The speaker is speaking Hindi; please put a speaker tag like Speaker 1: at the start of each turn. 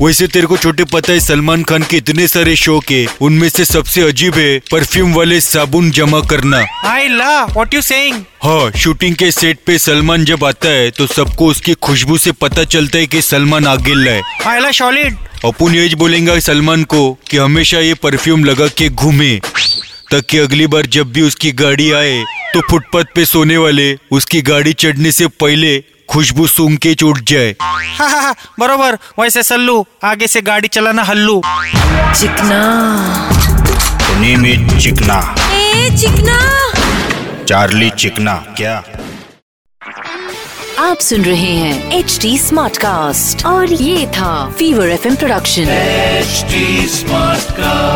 Speaker 1: वैसे तेरे को छोटे पता है सलमान खान के इतने सारे शौक है उनमें से सबसे अजीब है परफ्यूम वाले साबुन जमा करना
Speaker 2: आई ला व्हाट यू सेइंग
Speaker 1: हाँ शूटिंग के सेट पे सलमान जब आता है तो सबको उसकी खुशबू से पता चलता है कि सलमान आगे है
Speaker 2: आई ला सॉलिड
Speaker 1: अपन ये बोलेंगे सलमान को कि हमेशा ये परफ्यूम लगा के घूमे ताकि अगली बार जब भी उसकी गाड़ी आए तो फुटपाथ पे सोने वाले उसकी गाड़ी चढ़ने से पहले खुशबू सूंघ के चोट जाए
Speaker 2: बरोबर वैसे सल्लू आगे से गाड़ी चलाना हल्लू
Speaker 3: Chikna
Speaker 4: the name is Chikna
Speaker 3: Chikna
Speaker 4: Charlie Chikna क्या
Speaker 3: आप सुन रहे हैं एच डी स्मार्ट कास्ट और ये था fever F production
Speaker 5: HD smart cast